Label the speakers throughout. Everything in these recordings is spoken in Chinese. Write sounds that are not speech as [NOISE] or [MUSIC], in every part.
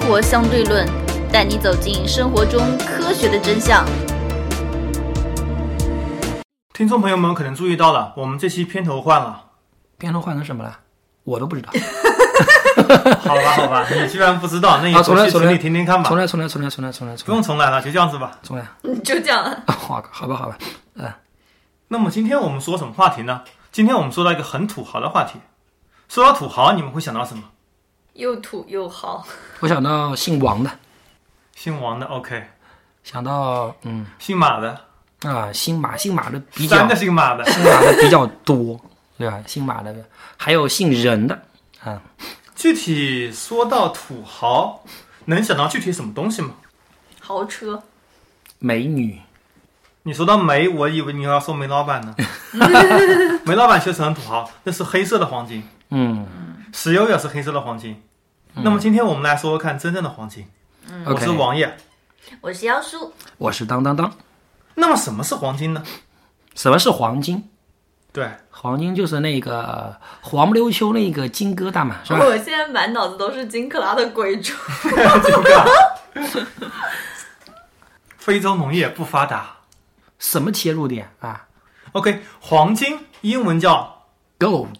Speaker 1: 活相对论，带你走进生活中科学的真相。
Speaker 2: 听众朋友们可能注意到了，我们这期片头换
Speaker 3: [LAUGHS]
Speaker 2: 了。
Speaker 3: 片头换成什么了？我都不知道。
Speaker 2: 好吧，好吧，你居然不知道，那你
Speaker 3: 啊，重
Speaker 2: 回
Speaker 3: 来，
Speaker 2: 去
Speaker 3: 重
Speaker 2: 群
Speaker 3: 来，
Speaker 2: 里听听看吧
Speaker 3: [LAUGHS] 重。来，重来，重来，重来，重来，
Speaker 2: 不
Speaker 3: 重来，
Speaker 2: 用重来了，就这样子吧。
Speaker 3: 重来。
Speaker 1: 嗯，就这样。
Speaker 3: 啊 [LAUGHS] 好吧，好吧，好吧。
Speaker 2: 那么今天我们说什么话题呢？今天我们说到一个很土豪的话题。说到土豪，你们会想到什么？
Speaker 1: 又土又豪，
Speaker 3: 我想到姓王的，
Speaker 2: 姓王的，OK；
Speaker 3: 想到嗯
Speaker 2: 姓马的，
Speaker 3: 啊，姓马，姓马的比较
Speaker 2: 三个姓马的，
Speaker 3: 姓马的比较多，对吧？姓马的，还有姓任的，啊，
Speaker 2: 具体说到土豪，能想到具体什么东西吗？
Speaker 1: 豪车。
Speaker 3: 美女，
Speaker 2: 你说到煤，我以为你要说煤老
Speaker 3: [LAUGHS]
Speaker 2: 板呢。煤老板确实很土豪，那是黑色的黄金，
Speaker 3: 嗯
Speaker 2: 石油也是黑色的黄金。那么今天我们来说说看真正的黄金。我
Speaker 3: ，OK，
Speaker 2: 是王爷。
Speaker 1: 我是妖叔，
Speaker 3: 我是当当当。
Speaker 2: 那么什么是黄金呢？
Speaker 3: 什么是黄金？ [LAUGHS]
Speaker 2: 对，
Speaker 3: 黄金就是那个黄不溜秋那个金疙瘩嘛，是吧？
Speaker 1: 我现在满脑子都是金克拉的鬼畜。
Speaker 2: 非洲农业不发达。
Speaker 3: 什么切入点啊
Speaker 2: OK，黄金英文叫
Speaker 3: ？Gold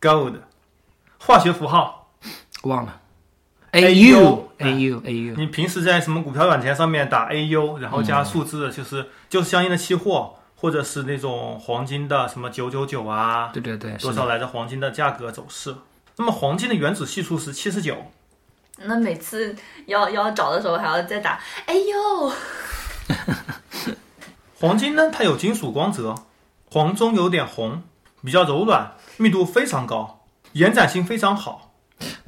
Speaker 2: gold，化学符号。
Speaker 3: 忘了
Speaker 2: AU
Speaker 3: AU AU
Speaker 2: 你平时在什么股票软件上面打 AU，然后
Speaker 3: 嗯
Speaker 2: 加数字，就是、就是相应的期货，或者是那种黄金的什么九九九啊，
Speaker 3: 对对对，是
Speaker 2: 多
Speaker 3: 的
Speaker 2: 少来着黄金的价格走势。那么黄金的原子系数是七十九，
Speaker 1: [LAUGHS] 那每次要要找的时候还要再打，哎呦，
Speaker 2: 黄金呢它有金属光泽，黄中有点红，比较柔软，密度非常高，延展性非常好。嗯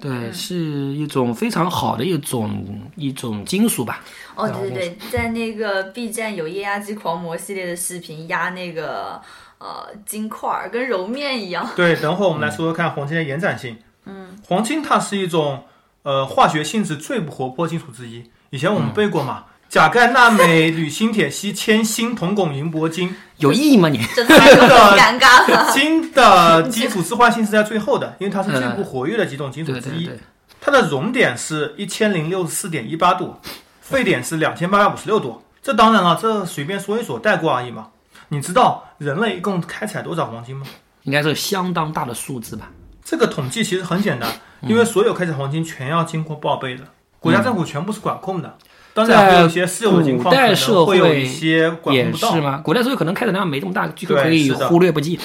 Speaker 3: 对，是一种非常好的一种一种金属吧。
Speaker 1: 哦对对对，在那个 B 站有液压机狂魔系列的视频压那个呃金块儿，跟揉面一样。
Speaker 2: 对，等会儿我们来说说看黄金的延展性。嗯，黄金它是一种呃化学性质最不活泼金属之一。以前
Speaker 3: 嗯
Speaker 2: 我们背过嘛，钾钙钠镁铝锌铁锡铅锌铜汞银铂
Speaker 3: [LAUGHS]
Speaker 2: 金。
Speaker 3: 有意义吗你？
Speaker 1: 这突
Speaker 2: [LAUGHS]
Speaker 1: 然就很尴尬了。
Speaker 2: 金的基础置换性是在最后的，因为它是最不活跃的几种金属
Speaker 3: 对
Speaker 2: 之
Speaker 3: 对
Speaker 2: 一。
Speaker 3: 对，
Speaker 2: 它的熔点是一千零六十四点一八度，沸点是两千八百五十六度。这当然了，这随便说一说带过而已嘛。你知道人类一共开采多少黄金吗？
Speaker 3: 应该是相当大的数字吧。
Speaker 2: 这个统计其实很简单，
Speaker 3: 嗯
Speaker 2: 因为所有开采黄金全要经过报备的，国家政府全部是管控的。当然，
Speaker 3: 在
Speaker 2: 会有一些私有金矿
Speaker 3: 古代
Speaker 2: 可能会
Speaker 3: 社
Speaker 2: 有
Speaker 3: 会
Speaker 2: 一些管控
Speaker 3: 也
Speaker 2: 不
Speaker 3: 是
Speaker 2: 到。
Speaker 3: 吗？古代社会可能开采量没这么大，就
Speaker 2: 对
Speaker 3: 可以
Speaker 2: 是的
Speaker 3: 忽略不计。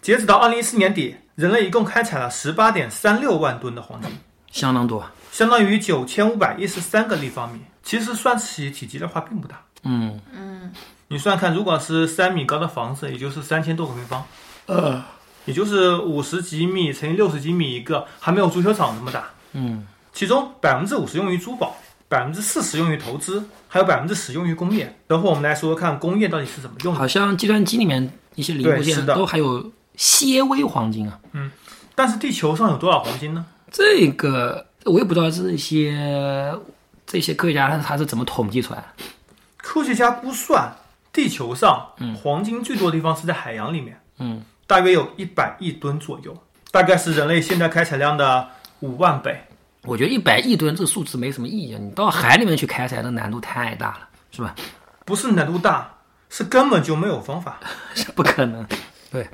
Speaker 2: 截止到二零一四年底，人类一共开采了十八点三六万吨的黄金，
Speaker 3: 相当多。
Speaker 2: 相当于九千五百一十三个立方米。其实算起体积的话，并不大。
Speaker 3: 嗯，
Speaker 2: 你算看，如果是三米高的房子，也就是三千多个平方，
Speaker 3: 呃，
Speaker 2: 也就是五十几米乘以六十几米一个，还没有足球场这么大。
Speaker 3: 嗯，
Speaker 2: 其中百分之五十用于珠宝，百分之四十用于投资，还有百分之十用于工业。等会我们来说说看工业到底是怎么用的。
Speaker 3: 好像计算机里面一些零部
Speaker 2: 对是
Speaker 3: 件
Speaker 2: 的
Speaker 3: 都还有些微黄金啊。
Speaker 2: 但是地球上有多少黄金呢？
Speaker 3: 这个我也不知道这些这些科学家他他是怎么统计出来的。
Speaker 2: 科学家估算，地球上黄金最多的地方是在海洋里面，
Speaker 3: 嗯，
Speaker 2: 大约有一百亿吨左右，大概是人类现在开采量的五万倍。
Speaker 3: 我觉得一百亿吨这个数字没什么意义，啊，你到海里面去开采，那难度太大了，是吧？
Speaker 2: 不是难度大，是根本就没有方法。
Speaker 3: 不
Speaker 2: [LAUGHS]
Speaker 3: 可能。对，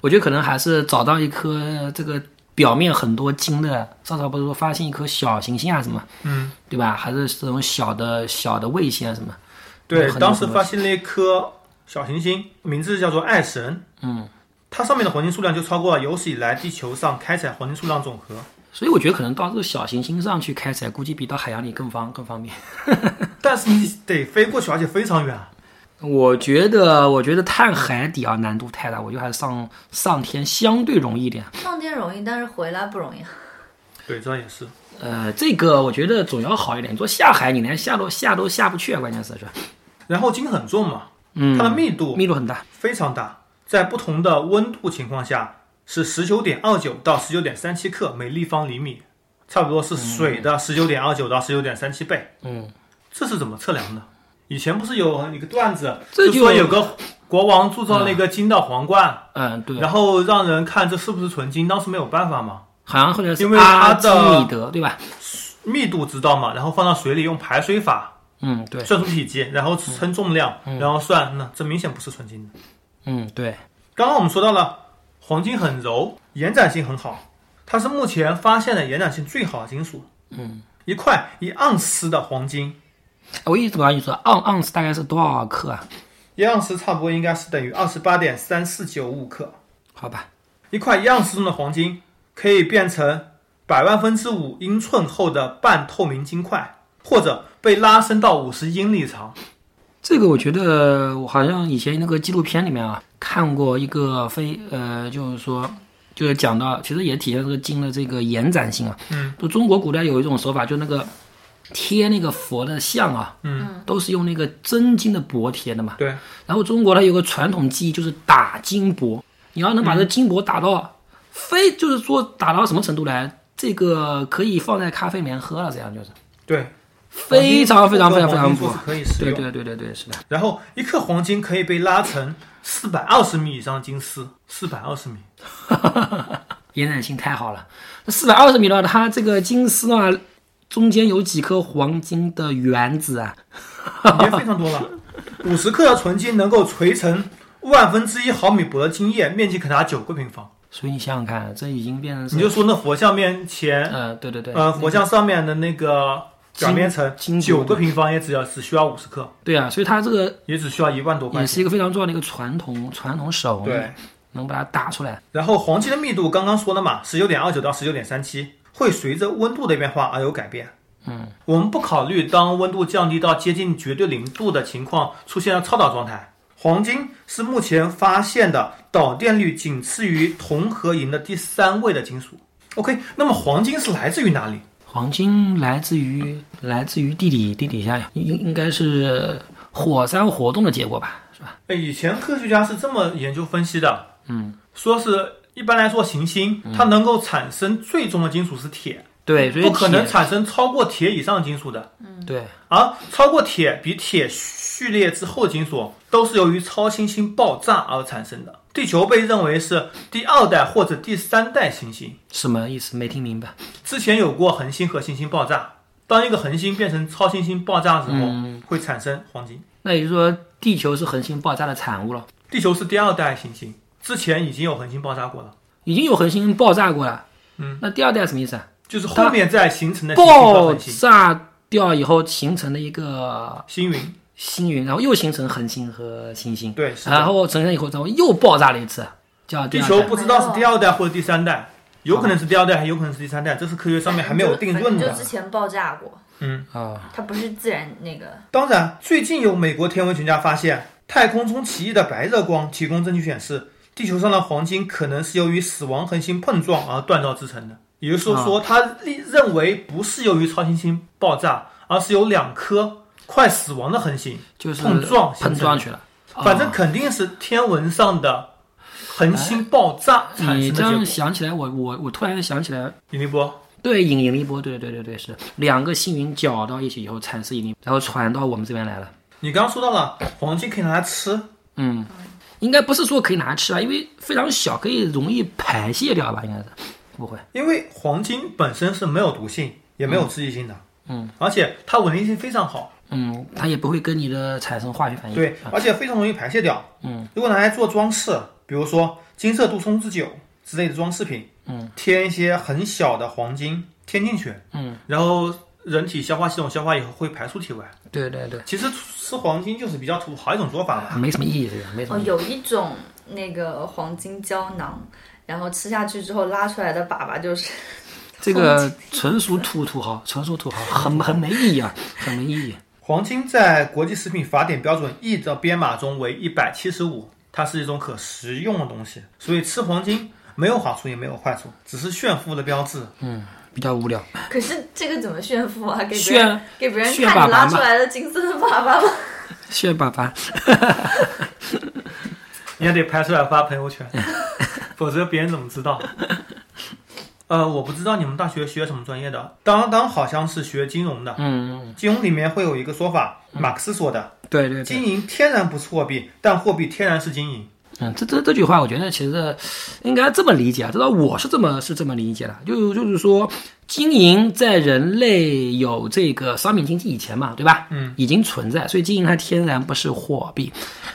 Speaker 3: 我觉得可能还是找到一颗这个表面很多金的，上次不是说发现一颗小行星啊什么，
Speaker 2: 嗯，
Speaker 3: 对吧？还是这种小的小的卫星啊什么，
Speaker 2: 对
Speaker 3: [LAUGHS] 有，很多
Speaker 2: 当时
Speaker 3: 很多
Speaker 2: 发现了一颗小行星，名字叫做爱神。
Speaker 3: 嗯，
Speaker 2: 它上面的黄金数量就超过了有史以来地球上开采黄金数量总和。 [LAUGHS]
Speaker 3: 所以我觉得可能到这个小行星上去开采，估计比到海洋里更方更方便。
Speaker 2: 但是你得飞过去，而且非常远。
Speaker 3: 我觉得，我觉得探海底啊难度太大，我觉得还是上上天相对容易一点。
Speaker 1: 上天容易，但是回来不容易。
Speaker 2: 对，这也是。
Speaker 3: 呃，这个我觉得总要好一点。你说下海，你连下都下都下不去啊，关键是是吧？
Speaker 2: 然后金很重嘛，
Speaker 3: 嗯
Speaker 2: 它的密度
Speaker 3: 密度很大。
Speaker 2: 非常大，在不同的温度情况下是十九点二九到十九点三七克每立方厘米，差不多是水的十九点二九到十九点三七倍。
Speaker 3: 嗯，
Speaker 2: 这是怎么测量的？以前不是有一个段子，
Speaker 3: 这
Speaker 2: 就
Speaker 3: 就
Speaker 2: 说有个国王铸造了一个金的皇冠，
Speaker 3: 嗯，对，
Speaker 2: 然后让人看这是不是纯金，当时没有办法嘛。
Speaker 3: 好像后来是
Speaker 2: 因为
Speaker 3: 阿
Speaker 2: 它
Speaker 3: 基
Speaker 2: 的
Speaker 3: 米德，对吧？
Speaker 2: 密度知道嘛，然后放到水里用排水法
Speaker 3: 嗯，对，
Speaker 2: 算出体积，然后称重量，然后算，那这明显不是纯金的。
Speaker 3: 嗯，对，
Speaker 2: 刚刚我们说到了黄金很柔，延展性很好，它是目前发现的延展性最好的金属。嗯，一块一盎司的黄金，
Speaker 3: 我一直搞你说盎盎司大概是多少克啊？
Speaker 2: 一盎司差不多应该是等于二十八点三四九五克。
Speaker 3: 好吧，
Speaker 2: 一块一盎司重的黄金可以变成百万分之五英寸厚的半透明金块，或者被拉伸到五十英里长。
Speaker 3: 这个我觉得我好像以前那个纪录片里面啊看过一个非呃，就是说就是讲到，其实也体现这个金的这个延展性啊。嗯，就中国古代有一种手法，就那个贴那个佛的像啊，嗯，都是用那个真金的箔贴的嘛。
Speaker 2: 对，
Speaker 3: 然后中国它有个传统技艺，就是打金箔。你要能把这
Speaker 2: 嗯
Speaker 3: 金箔打到非，就是说打到什么程度来，这个可以放在咖啡里面喝了，这样
Speaker 2: 哦
Speaker 3: 就是
Speaker 2: 对，
Speaker 3: 非常非常非常非常
Speaker 2: 黄金
Speaker 3: 薄
Speaker 2: 是。可以食
Speaker 3: 对
Speaker 2: 用。
Speaker 3: 对对对对，是的。
Speaker 2: 然后一克黄金可以被拉成四百二十米以上的金丝，四百二十米。
Speaker 3: 延展性太好了。那四百二十米的话，它这个金丝啊，中间有几颗黄金的原子啊？
Speaker 2: 已经非常多了。五十克的纯金能够锤成万分之一毫米薄的金液，面积可达九个平方。
Speaker 3: 所以你想想看，这已经变成
Speaker 2: 你
Speaker 3: 是，
Speaker 2: 就说那佛像面前，
Speaker 3: 呃，对对对，
Speaker 2: 呃，佛像上面的那个表面层
Speaker 3: 金，金箔
Speaker 2: 九个平方也只要只需要五十克，
Speaker 3: 对啊，所以它这个
Speaker 2: 也只需要一万多块
Speaker 3: 也
Speaker 2: 钱。
Speaker 3: 是一个非常重要的一个传统传统手艺，
Speaker 2: 对，
Speaker 3: 能把它打出来。
Speaker 2: 然后黄金的密度刚刚说了嘛，十九点二九到十九点三七，会随着温度的变化而有改变。嗯，我们不考虑当温度降低到接近绝对零度的情况出现了超导状态。黄金是目前发现的导电率仅次于铜和银的第三位的金属。OK，那么黄金是来自于哪里？
Speaker 3: 黄金来自于来自于地底地底下呀，应应该是火山活动的结果吧，是吧？
Speaker 2: 哎，以前科学家是这么研究分析的，嗯，说是一般来说行星它能够产生最终的金属是铁，
Speaker 3: 对，所以
Speaker 2: 不可能
Speaker 3: 铁
Speaker 2: 产生超过铁以上的金属的。
Speaker 3: 对
Speaker 2: 而超过铁比铁序列之后的金属都是由于超新星爆炸而产生的。地球被认为是第二代或者第三代行星。
Speaker 3: 什么意思？没听明白。
Speaker 2: 之前有过恒星和行星爆炸，当一个恒星变成超新星爆炸的时候，
Speaker 3: 嗯
Speaker 2: 会产生黄金。
Speaker 3: 那也就是说，地球是恒星爆炸的产物了。
Speaker 2: 地球是第二代行星，之前已经有恒星爆炸过了，
Speaker 3: 已经有恒星爆炸过了。嗯，那第二代什么意思啊？
Speaker 2: 就是后面再形成的行星和
Speaker 3: 爆
Speaker 2: 恒星、
Speaker 3: 炸掉以后形成的一个
Speaker 2: 星云。
Speaker 3: 星云，然后又形成恒星和行星，
Speaker 2: 对，是的。
Speaker 3: 然后形成以后，然后又爆炸了一次，叫第
Speaker 2: 地
Speaker 3: 二代
Speaker 2: 球不知道是第二代或者第三代，有可能是第二代，还有可能是第三代，这是科学上面还没有定论
Speaker 1: 就
Speaker 2: 的
Speaker 1: 就。之前爆炸过，
Speaker 3: 啊，
Speaker 1: 它不是自然那个。
Speaker 2: 当然，最近有美国天文学家发现，太空中奇异的白热光提供证据显示，地球上的黄金可能是由于死亡恒星碰撞而锻造制成的。也就是说，
Speaker 3: 啊
Speaker 2: 说他立认为不是由于超新星爆炸，而是由两颗快死亡的恒星，
Speaker 3: 就是
Speaker 2: 碰撞形成
Speaker 3: 碰撞去了。
Speaker 2: 反正肯定是天文上的恒星爆炸产
Speaker 3: 哎你
Speaker 2: 生
Speaker 3: 这
Speaker 2: 的结
Speaker 3: 样
Speaker 2: 果。
Speaker 3: 想起来，我我我突然想起来，
Speaker 2: 引力波，
Speaker 3: 对引引力波，对对对对对，是两个星云搅到一起以后产生引力，然后传到我们这边来了。
Speaker 2: 你刚刚说到了黄金可以拿来吃，
Speaker 3: 应该不是说可以拿来吃啊，因为非常小，可以容易排泄掉吧？应该是不会。
Speaker 2: 因为黄金本身是没有毒性，也没有刺激性的，嗯，而且它稳定性非常好。
Speaker 3: 嗯，它也不会跟你的产生化学反应。
Speaker 2: 对，而且非常容易排泄掉。啊嗯，如果拿来做装饰，比如说金色杜松之酒之类的装饰品，嗯，添一些很小的黄金添进去，嗯，然后人体消化系统消化以后会排出体外。
Speaker 3: 对对对，
Speaker 2: 其实吃黄金就是比较土豪一种做法吧。
Speaker 3: 没什么意义，这个没什
Speaker 1: 哦，
Speaker 3: 么意义。
Speaker 1: 有一种那个黄金胶囊，然后吃下去之后拉出来的粑粑就是 [LAUGHS]
Speaker 3: 这个纯属土土豪，纯属土豪，很很没意义啊，很没意义。
Speaker 2: 黄金在国际食品法典标准 E 的编码中为一百七十五，它是一种可食用的东西，所以吃黄金没有好处也没有坏处，只是炫富的标志。
Speaker 3: 比较无聊，
Speaker 1: 可是这个怎么炫富啊？给别人
Speaker 3: 炫
Speaker 1: 给别人
Speaker 3: 炫
Speaker 1: 看
Speaker 3: 粑
Speaker 1: 你
Speaker 3: 粑
Speaker 1: 拉
Speaker 3: 嘛
Speaker 1: 出来的金色的粑粑吗？
Speaker 3: 谢谢爸爸。
Speaker 2: 你还得拍出来发朋友圈，否则别人怎么知道？呃，我不知道你们大学学什么专业的，当当好像是学金融的。
Speaker 3: 嗯，
Speaker 2: 金融里面会有一个说法，马克思说的：
Speaker 3: 对对对，
Speaker 2: 金银天然不是货币，但货币天然是金银。
Speaker 3: 嗯，这这这句话，我觉得其实应该这么理解啊，至少我是这么是这么理解的，就就是说，金银在人类有这个商品经济以前嘛，对吧？
Speaker 2: 嗯，
Speaker 3: 已经存在，所以金银它天然不是货币。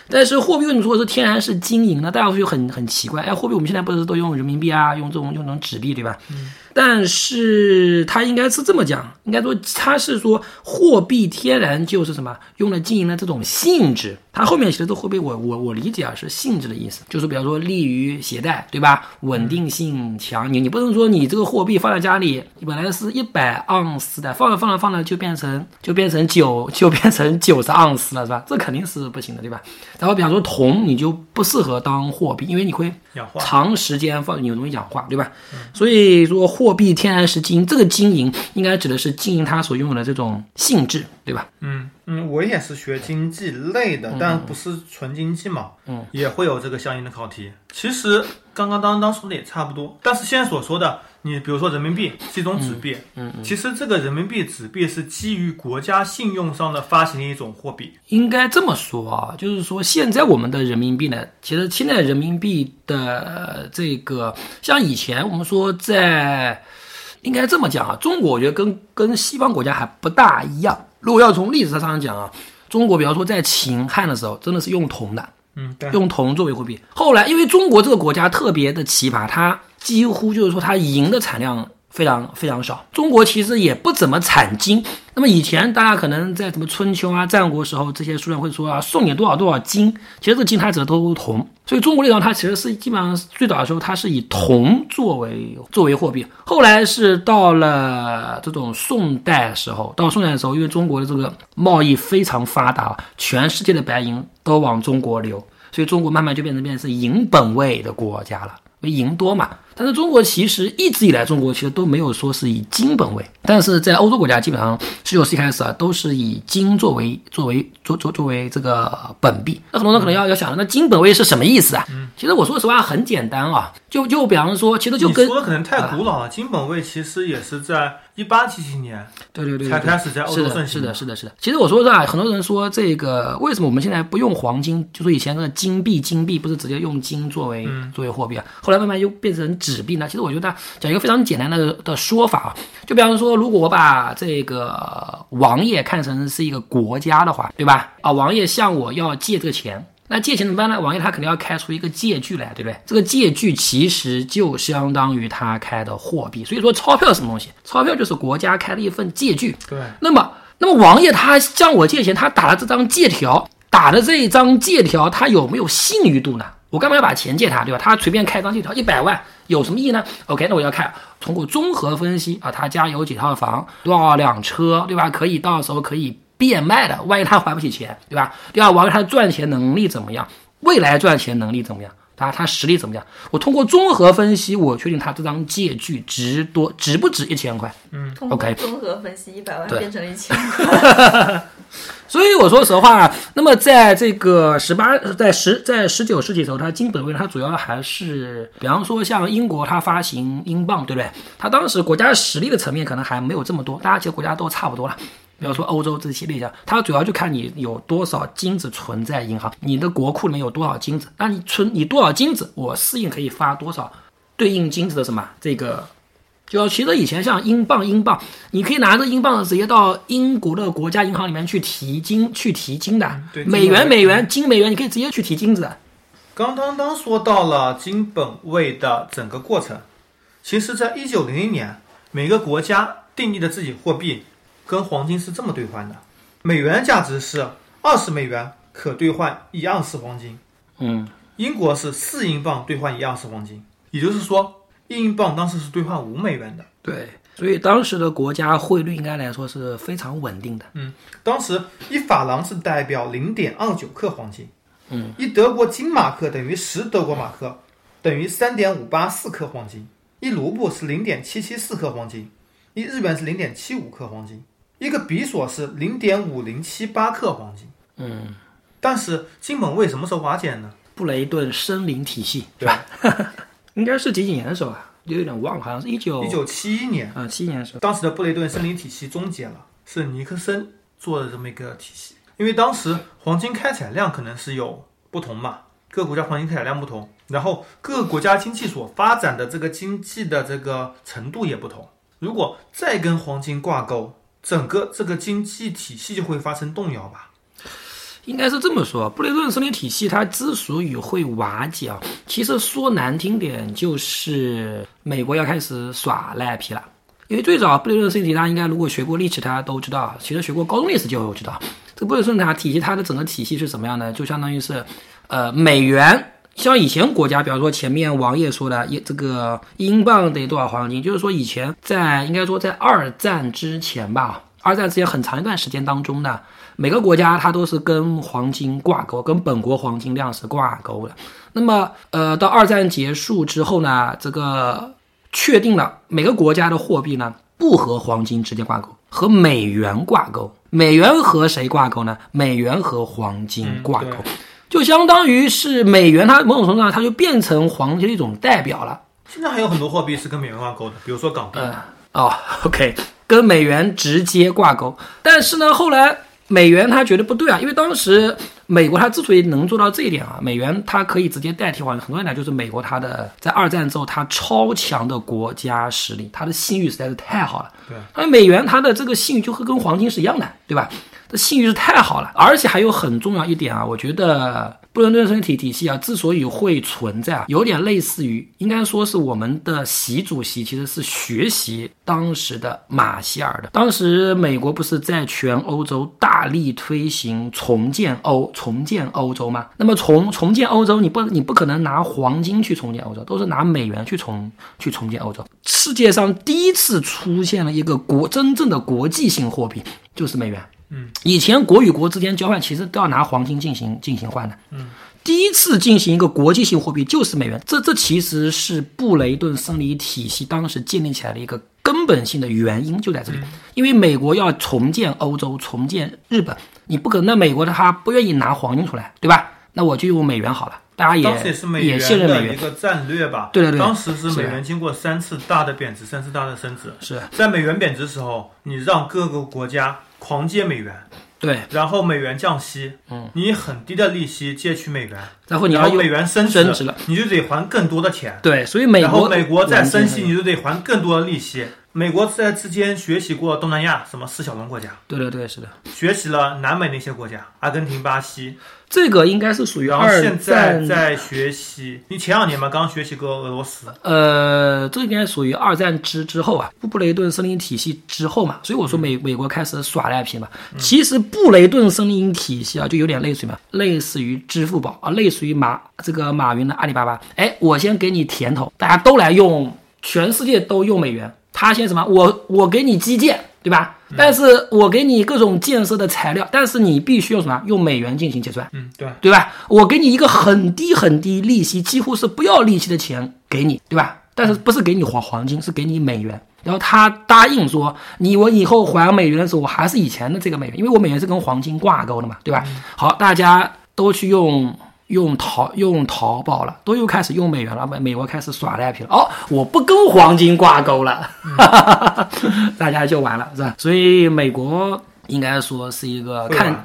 Speaker 3: 但是货币为什么说是天然是金银呢？大家会很很奇怪，哎，货币我们现在不是都用人民币啊，用这种用这种纸币，对吧？嗯。但是它应该是这么讲，应该说它是说货币天然就是什么用了金银的这种性质。它后面其实这货币我我我理解啊是性质的意思，就是比方说利于携带，对吧？稳定性强，你你不能说你这个货币放在家里，本来是一百盎司的，放着放着放着就变成就变成九 [LAUGHS] 就变成九十盎司了，是吧？这肯定是不行的，对吧？然后比方说铜，你就不适合当货币，因为你会
Speaker 2: 氧化。
Speaker 3: 长时间放，你容易氧化，对吧？所以说货币天然是金，这个金银应该指的是金银它所拥有的这种性质，对吧？
Speaker 2: 嗯嗯，我也是学经济类的，但不是纯经济嘛，
Speaker 3: 嗯，
Speaker 2: 也会有这个相应的考题。其实刚刚当当说的也差不多，但是现在所说的，你比如说人民币是一种纸币，
Speaker 3: 嗯
Speaker 2: 其实这个人民币纸币是基于国家信用上的发行的一种货币。
Speaker 3: 应该这么说啊，就是说现在我们的人民币呢，其实现在人民币的呃这个，像以前我们说在，应该这么讲啊，中国我觉得跟跟西方国家还不大一样。如果要从历史上讲啊，中国比方说在秦汉的时候，真的是用铜的，
Speaker 2: 嗯，对，
Speaker 3: 用铜作为货币。后来，因为中国这个国家特别的奇葩，它几乎就是说它银的产量非常非常少。中国其实也不怎么产金。那么以前大家可能在什么春秋啊、战国时候，这些书上会说啊，送你多少多少金，其实这个金它指的都是铜。所以中国历史上它其实是基本上最早的时候，它是以铜作为作为货币。后来是到了这种宋代的时候，到宋代的时候，因为中国的这个贸易非常发达，全世界的白银都往中国流，所以中国慢慢就变成变成是银本位的国家了，因为银多嘛。但是中国其实一直以来，中国其实都没有说是以金本位，但是在欧洲国家基本上十九世纪开始啊，都是以金作为作为作作作为这个本币。那很多人可能要要想，那金本位是什么意思啊？其实我说实话很简单啊，就就比方说，其实就
Speaker 2: 你
Speaker 3: 跟 [LAUGHS] 啊
Speaker 2: 说的可能太古老了。金本位其实也是在一八几几年
Speaker 3: 对对对对
Speaker 2: 才
Speaker 3: 对
Speaker 2: 开始在欧
Speaker 3: 是
Speaker 2: 洲
Speaker 3: 的，
Speaker 2: 盛
Speaker 3: 是
Speaker 2: 行
Speaker 3: 的，是的，是的。其实我说实话，很多人说这个为什么我们现在不用黄金？就说以前那个金币，金币不是直接用金作为、
Speaker 2: 嗯
Speaker 3: 作为货币啊，后来慢慢又变成纸币呢。其实我觉得讲一个非常简单的的说法啊，就比方说，如果我把这个王爷看成是一个国家的话，对吧？啊，王爷向我要借这个钱。那借钱怎么办呢？王爷他肯定要开出一个借据来，对不对？这个借据其实就相当于他开的货币，所以说钞票是什么东西？钞票就是国家开了一份借据，
Speaker 2: 对，
Speaker 3: 那么，那么王爷他向我借钱，他打了这张借条，打的这一张借条，他有没有信誉度呢？我干嘛要把钱借他，对吧？他随便开张借条一百万，有什么意义呢？OK，那我要看通过综合分析啊，他家有几套房，多少辆车，对吧？可以到时候可以变卖的，万一他还不起钱，对吧？第二，王爷他赚钱能力怎么样？未来赚钱能力怎么样？他他实力怎么样？我通过综合分析，我确定他这张借据值多值不值一千块。
Speaker 1: 通过
Speaker 3: 嗯 OK
Speaker 1: 综合分析，一百万
Speaker 3: 对
Speaker 1: 变成了一千。
Speaker 3: 所以我说实话，那么在这个十八，在十在十九世纪的时候，它金本位它主要还是，比方说像英国它发行英镑，对不对？它当时国家实力的层面可能还没有这么多，大家其实国家都差不多了。比方说欧洲这些列强，它主要就看你有多少金子存在银行，你的国库里面有多少金子，那你存你多少金子，我适应可以发多少对应金子的什么这个就其实以前像英镑，英镑，你可以拿着英镑直接到英国的国家银行里面去提金，去提金的。
Speaker 2: 对
Speaker 3: 美
Speaker 2: 金本位
Speaker 3: 元，美元，金美元，你可以直接去提金子的。
Speaker 2: 刚刚当说到了金本位的整个过程，其实，在一九零零年，每个国家定义的自己货币跟黄金是这么兑换的：美元价值是二十美元可兑换一盎司黄金，
Speaker 3: 嗯，
Speaker 2: 英国是四英镑兑换一盎司黄金，也就是说，一英镑当时是兑换五美元的。
Speaker 3: 对。所以当时的国家汇率应该来说是非常稳定的。
Speaker 2: 当时一法郎是代表零点二九克黄金，嗯，一德国金马克等于十德国马克，等于三点五八四克黄金，一卢布是零点七七四克黄金，一日元是零点七五克黄金，一个比索是零点五零七八克黄金。
Speaker 3: 嗯，
Speaker 2: 但是金本位什么时候瓦解呢？
Speaker 3: 布雷顿森林体系
Speaker 2: 对吧？
Speaker 3: 应该是几几年的时候啊？有点忘了，好像是一九
Speaker 2: 一九七一年，
Speaker 3: 啊七年的时候。
Speaker 2: 当时的布雷顿森林体系终结了，是尼克森做的这么一个体系。因为当时黄金开采量可能是有不同嘛，各个国家黄金开采量不同，然后各个国家经济所发展的这个经济的这个程度也不同。如果再跟黄金挂钩，整个这个经济体系就会发生动摇吧？
Speaker 3: 应该是这么说，布雷顿森林体系它之所以会瓦解啊，其实说难听点，就是美国要开始耍赖皮了。因为最早布雷顿森林体系，大家应该如果学过历史，大家都知道，啊其实学过高中历史就知道，啊这个布雷顿森林体系它的整个体系是怎么样呢？就相当于是，呃，美元。像以前国家，比方说前面王爷说的，这个英镑得多少黄金？就是说以前在应该说在二战之前吧，二战之前很长一段时间当中呢，每个国家它都是跟黄金挂钩，跟本国黄金量是挂钩的。那么呃，到二战结束之后呢，这个确定了每个国家的货币呢不和黄金直接挂钩，和美元挂钩。美元和谁挂钩呢？美元和黄金挂钩。
Speaker 2: 嗯对
Speaker 3: 就相当于是美元，它某种程度上它就变成黄金的一种代表了。
Speaker 2: 现在还有很多货币是跟美元挂钩的，比如说港币。
Speaker 3: 嗯，哦，OK，跟美元直接挂钩。但是呢，后来美元他觉得不对啊，因为当时美国它之所以能做到这一点啊，美元它可以直接代替黄金，很多人讲就是美国它的在二战之后它超强的国家实力，它的信誉实在是太好了。
Speaker 2: 对，
Speaker 3: 那美元它的这个信誉就会跟黄金是一样的，对吧？这信誉是太好了，而且还有很重要一点啊，我觉得布伦顿森林体体系啊，之所以会存在啊，有点类似于，应该说是我们的习主席其实是学习当时的马歇尔的。当时美国不是在全欧洲大力推行重建欧重建欧洲吗？那么重重建欧洲，你不你不可能拿黄金去重建欧洲，都是拿美元去重去重建欧洲。世界上第一次出现了一个国真正的国际性货币，就是美元。以前国与国之间交换其实都要拿黄金进行进行换的。嗯，第一次进行一个国际性货币就是美元，这这其实是布雷顿森林体系当时建立起来的一个根本性的原因就在
Speaker 2: 嗯
Speaker 3: 这里，因为美国要重建欧洲、重建日本，你不可能那美国他不愿意拿黄金出来，对吧？那我就用美元好了，大呃家也
Speaker 2: 当时也是美
Speaker 3: 也信
Speaker 2: 元
Speaker 3: 任美
Speaker 2: 的一
Speaker 3: 元，
Speaker 2: 个战略吧？
Speaker 3: 对对对
Speaker 2: 当时是
Speaker 3: 是
Speaker 2: 美
Speaker 3: 的
Speaker 2: 元经过三次大的贬值，三次大的升值。
Speaker 3: 是
Speaker 2: 在美元贬值的时候，你让各个国家狂借美元，
Speaker 3: 对，
Speaker 2: 然后美元降息，嗯，你以很低的利息借取美元，
Speaker 3: 然后你
Speaker 2: 然
Speaker 3: 要
Speaker 2: 后美
Speaker 3: 用
Speaker 2: 元升
Speaker 3: 升值了，
Speaker 2: 你就得还更多的钱。
Speaker 3: 对，所以美
Speaker 2: 然后
Speaker 3: 国
Speaker 2: 美国再
Speaker 3: 完全
Speaker 2: 升息，
Speaker 3: 是
Speaker 2: 你就得还更多的利息。美国在之前学习过东南亚什么四小龙国家，
Speaker 3: 对对对，是的，
Speaker 2: 学习了南美那些国家，阿根廷、巴西，
Speaker 3: 这个应该是属于
Speaker 2: 然后
Speaker 3: 二
Speaker 2: 现在
Speaker 3: 战
Speaker 2: 在学习。你前两年嘛，刚学习过俄罗斯，
Speaker 3: 呃，这应该属于二战之之后啊，布雷顿森林体系之后嘛，所以我说美美国开始耍赖皮嘛。其实布雷顿森林体系啊，就有点类似于嘛，类似于支付宝啊，类似于马这个马云的阿里巴巴。哎，我先给你甜头，大家都来用，全世界都用美元。他先什么？我我给你基建，对吧？但是我给你各种建设的材料，但是你必须用什么？用美元进行结算。
Speaker 2: 嗯，对，
Speaker 3: 对吧？我给你一个很低很低利息，几乎是不要利息的钱给你，对吧？但是不是给你黄黄金，是给你美元。然后他答应说，你我以后还美元的时候，我还是以前的这个美元，因为我美元是跟黄金挂钩的嘛，对吧？
Speaker 2: 嗯
Speaker 3: 好，大家都去用用淘用淘宝了，都又开始用美元了，美美国开始耍赖皮了。哦，我不跟黄金挂钩了，
Speaker 2: 嗯
Speaker 3: [LAUGHS] 大家就完了，是吧？所以美国应该说是一个
Speaker 2: 会
Speaker 3: 呃看
Speaker 2: 玩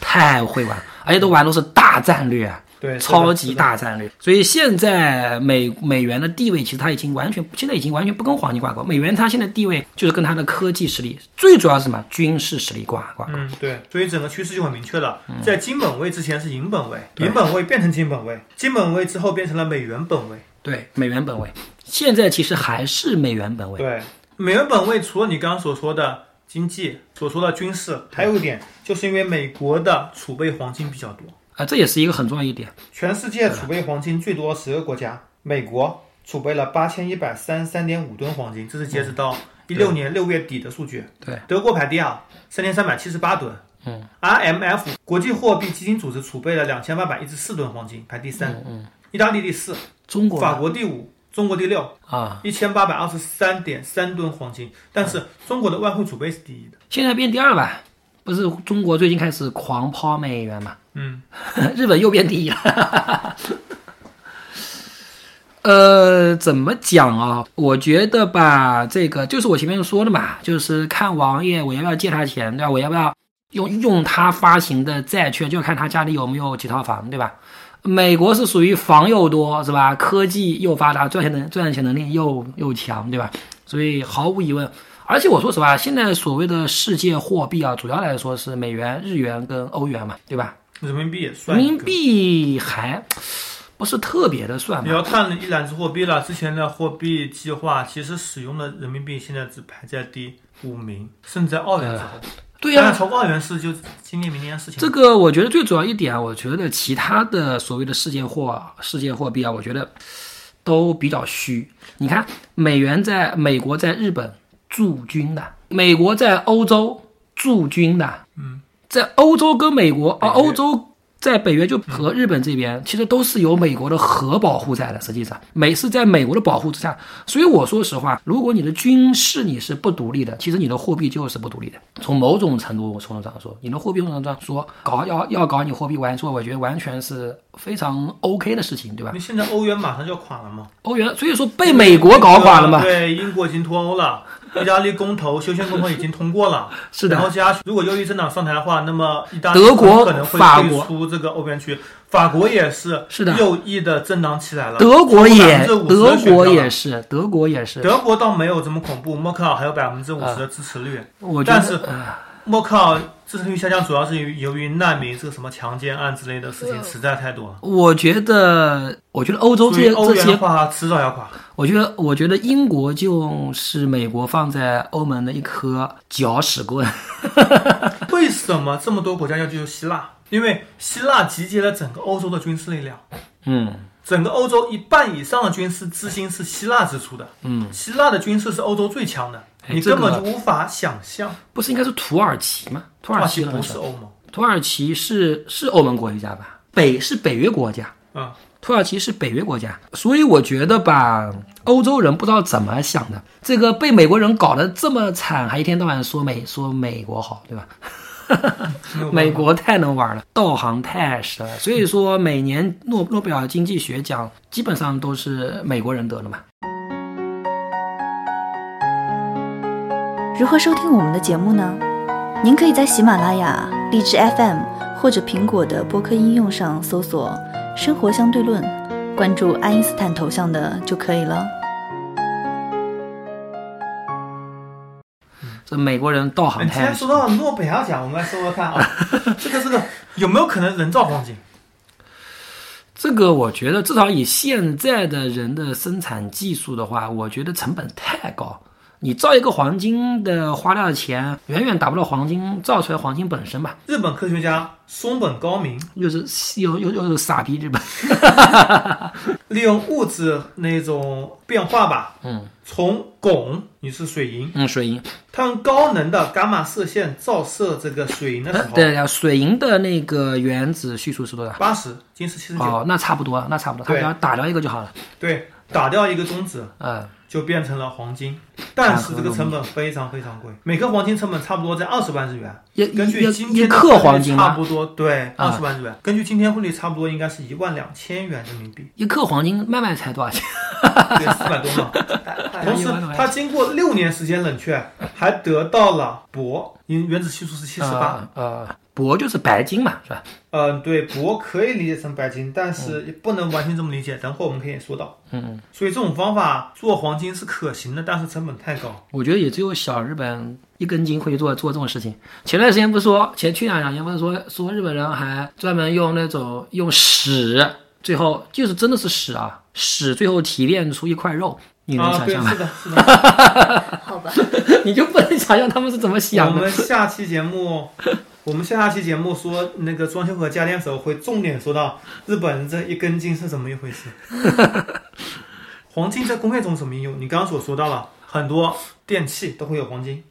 Speaker 3: 太会玩，而且都玩都是大战略啊。
Speaker 2: 对，
Speaker 3: 超级
Speaker 2: 是的。是的
Speaker 3: 大战略，所以现在美美元的地位其实它已经完全，现在已经完全不跟黄金挂钩。美元它现在地位就是跟它的科技实力，最主要是什么军事实力挂挂钩。
Speaker 2: 嗯，对，所以整个趋势就很明确了。在金本位之前是银本位，银本位变成金本位，金本位之后变成了美元本位。
Speaker 3: 对，美元本位，现在其实还是美元本位。
Speaker 2: 对，美元本位除了你刚刚所说的经济、所说的军事，还有一点就是因为美国的储备黄金比较多，
Speaker 3: 啊，这也是一个很重要一点。
Speaker 2: 全世界储备黄金最多十个国家，美国储备了八千一百三十三点五吨黄金，这是截止到一六年六月底的数据。
Speaker 3: 对，
Speaker 2: 德国排第二，三千三百七十八吨。嗯，IMF 国际货币基金组织储备了两千八百一十四吨黄金，排第三。嗯，意大利第四，
Speaker 3: 中国
Speaker 2: 法国第五，中国第六。
Speaker 3: 啊，
Speaker 2: 一千八百二十三点三吨黄金，但是中国的外汇储备是第一的。
Speaker 3: 现在变第二吧？不是中国最近开始狂抛美元嘛？
Speaker 2: 嗯，
Speaker 3: 日本又变第一了。呃，怎么讲啊？我觉得吧，这个就是我前面说的嘛，就是看王爷我要不要借他钱，对吧？我要不要用用他发行的债券，就看他家里有没有几套房，对吧？美国是属于房又多，是吧？科技又发达，赚钱能赚钱能力又又强，对吧？所以毫无疑问，而且我说实话，现在所谓的世界货币啊，主要来说是美元、日元跟欧元嘛，对吧？
Speaker 2: 人民币也算
Speaker 3: 人
Speaker 2: 一个。
Speaker 3: 民币还不是特别的算
Speaker 2: 你
Speaker 3: 嘛。
Speaker 2: 要看一揽子货币了，之前的货币计划其实使用的人民币现在只排在第五名，甚至在澳元之后。
Speaker 3: 对呀、
Speaker 2: 但是超过澳元是就今年明年的事情。
Speaker 3: 这个我觉得最主要一点啊，我觉得其他的所谓的世界货、啊、世界货币啊，我觉得都比较虚。你看，美元在美国、在日本驻军的，美国在欧洲驻军的，嗯，在欧洲跟美国啊，
Speaker 2: 北约
Speaker 3: 欧洲在北约就和日本这边，其实都是有美国的核保护在的。实际上，美是在美国的保护之下，所以我说实话，如果你的军事你是不独立的，其实你的货币就是不独立的。从某种程度程度上说，你的货币程度上说搞要要搞你货币完说，我觉得完全是非常 OK 的事情，对吧
Speaker 2: 因？为现在欧元马上就要垮了嘛，
Speaker 3: 欧元，所以说被美国搞垮了嘛。
Speaker 2: 对，英国已经脱欧了，意大利公投、修宪公投已经通过了。
Speaker 3: [LAUGHS] 是
Speaker 2: 然
Speaker 3: 的，
Speaker 2: 后加如果右翼政党上台的话，那么意大利
Speaker 3: 德国
Speaker 2: 可能会
Speaker 3: 法
Speaker 2: 退
Speaker 3: 国
Speaker 2: 出这个欧元区，法国也是
Speaker 3: 是的
Speaker 2: 右翼的政党起来了，
Speaker 3: 德国也
Speaker 2: 超过50%
Speaker 3: 德
Speaker 2: 的选票
Speaker 3: 国
Speaker 2: 了
Speaker 3: 也是德国也是，
Speaker 2: 德国倒没有这么恐怖，默克尔还有百分之五十的支持率。
Speaker 3: 我觉
Speaker 2: 但
Speaker 3: 得呃
Speaker 2: 是默克尔支持率下降，主要是由于由于难民这个什么强奸案之类的事情实在太多了。
Speaker 3: 我觉得我觉得欧洲这
Speaker 2: 所以
Speaker 3: 些
Speaker 2: 欧
Speaker 3: 这
Speaker 2: 元的
Speaker 3: 些
Speaker 2: 话，迟早要垮。 [LAUGHS]
Speaker 3: 我觉得，我觉得英国就是美国放在欧盟的一颗搅屎棍。
Speaker 2: 为什么这么多国家要救助希腊？因为希腊集结了整个欧洲的军事力量，
Speaker 3: 嗯，
Speaker 2: 整个欧洲一半以上的军事资金是希腊支出的。
Speaker 3: 嗯，
Speaker 2: 希腊的军事是欧洲最强的，
Speaker 3: 哎
Speaker 2: 你
Speaker 3: 这
Speaker 2: 根
Speaker 3: 个
Speaker 2: 本就无法想象。
Speaker 3: [LAUGHS] 不是应该是土耳其吗？土
Speaker 2: 土
Speaker 3: 耳
Speaker 2: 耳
Speaker 3: 其
Speaker 2: 其
Speaker 3: 的
Speaker 2: 不
Speaker 3: 很
Speaker 2: 是
Speaker 3: 小
Speaker 2: 欧盟，
Speaker 3: 土耳其是是欧盟国家吧？北是北约国家，
Speaker 2: 嗯，
Speaker 3: 土耳其是北约国家，所以我觉得吧，欧洲人不知道怎么想的，这个被美国人搞得这么惨，还一天到晚说美说美国好，对吧？
Speaker 2: 没有办法
Speaker 3: [LAUGHS] 美国太能玩了，道行太深了。所以说，每年诺诺贝尔经济学奖基本上都是美国人得的嘛。
Speaker 4: 如何收听我们的节目呢？您可以在喜马拉雅、荔枝 FM 或者苹果的播客应用上搜索“生活相对论”，关注爱因斯坦头像的就可以
Speaker 1: [LAUGHS]
Speaker 4: 了。
Speaker 3: 这美国人道行
Speaker 2: 哎你既
Speaker 3: 啊太
Speaker 2: 然说
Speaker 3: 深。
Speaker 2: 到诺贝尔奖，我们来说说看啊，
Speaker 3: [LAUGHS]
Speaker 2: 这个这个有没有可能人造黄金？
Speaker 3: 这个我觉得，至少以现在的人的生产技术的话，我觉得成本太高。你造一个黄金的花掉的钱，远远达不到黄金造出来黄金本身吧。
Speaker 2: 日本科学家松本高明
Speaker 3: 又是又又又是傻逼
Speaker 2: [LAUGHS]
Speaker 3: 日本，
Speaker 2: 利用物质那种变化吧，
Speaker 3: 嗯，
Speaker 2: 从汞，你是水银，
Speaker 3: 嗯，水银，
Speaker 2: 它用高能的伽马射线照射这个水银的时
Speaker 3: 呃
Speaker 2: 候，
Speaker 3: [LAUGHS] 对呀，水银的那个原子序数是多少？
Speaker 2: 八十，金是七十九，
Speaker 3: 哦，那差不多，那差不多，他
Speaker 2: 对
Speaker 3: 只要打掉一个就好了。
Speaker 2: 对，打掉一个中子
Speaker 3: 嗯，
Speaker 2: 就变成了黄金，但是这个成本非常非常贵，每克黄金成本差不多在二十万日元，
Speaker 3: 一
Speaker 2: 根
Speaker 3: 一
Speaker 2: 据
Speaker 3: 一
Speaker 2: 今
Speaker 3: 一
Speaker 2: 天的汇
Speaker 3: 克
Speaker 2: 率
Speaker 3: 黄金
Speaker 2: 差
Speaker 3: 吗？
Speaker 2: 不多对二
Speaker 3: 啊
Speaker 2: 十万日元，根据今天汇率差不多应该是一万两千元人民
Speaker 3: [LAUGHS]
Speaker 2: 币。
Speaker 3: 一克黄金卖卖才多少钱？
Speaker 2: 对，四百多嘛。同时，它经过六年时间冷却，还得到了铂，因原子系数是七十八。
Speaker 3: 呃呃，铂就是白金嘛，是吧？
Speaker 2: 嗯，对，铂可以理解成白金，但是也不能完全这么理解。等会我们可以说到。
Speaker 3: 嗯，
Speaker 2: 所以这种方法做黄金是可行的，但是成本太高。
Speaker 3: 我觉得也只有小日本一根筋会做做这种事情。前段时间不是说，前去两年不是说说日本人还专门用那种用屎，最后就是真的是屎啊，屎最后提炼出一块肉，你能
Speaker 2: 啊，
Speaker 3: 想
Speaker 2: 对，
Speaker 3: 象吗？
Speaker 2: 是的，是的。
Speaker 1: 好吧，
Speaker 3: [LAUGHS] 你就不能想象他们是怎么
Speaker 2: 我
Speaker 3: 想
Speaker 2: [LAUGHS]
Speaker 3: 的。
Speaker 2: 们下期节
Speaker 3: [LAUGHS]
Speaker 2: 目，我们下下期节目说那个装修和家电时候会重点说到日本人这一根筋是怎么一回
Speaker 3: [LAUGHS]
Speaker 2: 事。黄金在工业中什么应用？你刚刚所说到了很多电器都会有黄金。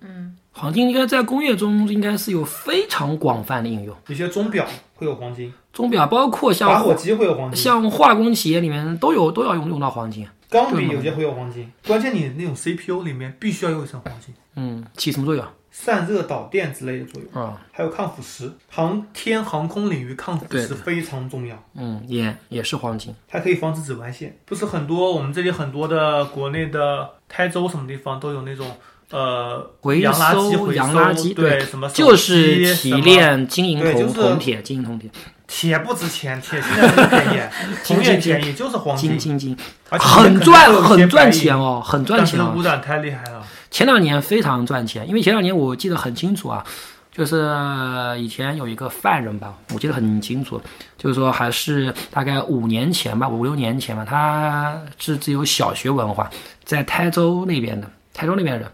Speaker 3: 黄金应该在工业中应该是有非常广泛的应用，
Speaker 2: 有些钟表会有黄金，
Speaker 3: 钟表包括
Speaker 2: 打
Speaker 3: 像
Speaker 2: 火机会有黄金，
Speaker 3: 像化工企业里面都有都要用用到黄金。
Speaker 2: 钢笔
Speaker 3: 对
Speaker 2: 有些会有黄金。关键你那种 CPU 里面必须要有一层黄金，
Speaker 3: 嗯，起什么作用？
Speaker 2: 散热导电之类的作用，
Speaker 3: 啊、
Speaker 2: 还有抗腐蚀。航天航空领域抗腐
Speaker 3: 对
Speaker 2: 蚀非常重要，
Speaker 3: 嗯，也也是黄金。
Speaker 2: 它可以防止紫外线。不是很多我们这里很多的国内的台州什么地方都有那种呃
Speaker 3: 回
Speaker 2: 洋垃圾
Speaker 3: 收
Speaker 2: 回
Speaker 3: 洋垃圾
Speaker 2: 对
Speaker 3: 对
Speaker 2: 什么手
Speaker 3: 就是
Speaker 2: 机
Speaker 3: 提
Speaker 2: 什么
Speaker 3: 炼金银
Speaker 2: 对就
Speaker 3: 铜
Speaker 2: 是
Speaker 3: 铜铁，金银铜铁。
Speaker 2: 铁不值钱，铁现在很便
Speaker 3: [LAUGHS]
Speaker 2: 宜，铜也便宜，就是黄
Speaker 3: 金
Speaker 2: 金，
Speaker 3: 金金，
Speaker 2: 而且
Speaker 3: 很赚很赚钱
Speaker 2: 哦，
Speaker 3: 哦，很赚
Speaker 2: 但是
Speaker 3: 钱哦
Speaker 2: 污。染太厉害了，
Speaker 3: 前两年非常赚钱，因为前两年我记得很清楚啊，就是呃以前有一个犯人吧，我记得很清楚，就是说还是大概五年前吧，五六年前吧，他是只有小学文化，在台州那边的，台州那边人。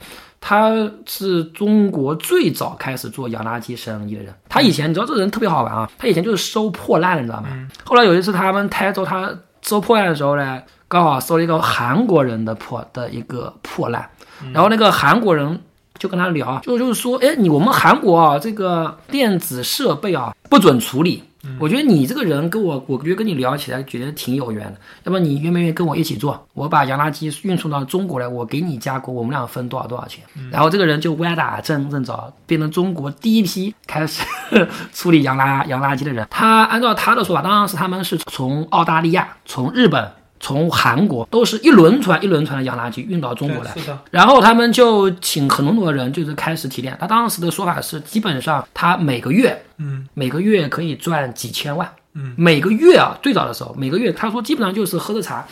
Speaker 3: 他是中国最早开始做洋垃圾生意的人。他以前你知道这个人特别好玩啊，他以前就是收破烂的，你知道吗？后来有一次他们台州他收破烂的时候呢，刚好收了一个韩国人的破的一个破烂，然后那个韩国人就跟他聊啊，就就是说，哎，你我们韩国啊，这个电子设备啊不准处理。我觉得你这个人跟我，我觉得跟你聊起来觉得挺有缘的。要么你愿不愿意跟我一起做？我把洋垃圾运送到中国来，我给你加工，我们俩分多少多少钱？然后这个人就歪打正正着，变成中国第一批开始 [LAUGHS] 处理洋垃洋垃圾的人。他按照他的说法，当时他们是从澳大利亚、从日本、从韩国，都是一轮船一轮船的洋垃圾运到中国来
Speaker 2: 对。是的，
Speaker 3: 然后他们就请很多很多人，就是开始提炼。他当时的说法是，基本上他每个月
Speaker 2: 嗯
Speaker 3: 每个月可以赚几千万，
Speaker 2: 嗯，
Speaker 3: 每个月啊，最早的时候，每个月他说基本上就是喝着茶，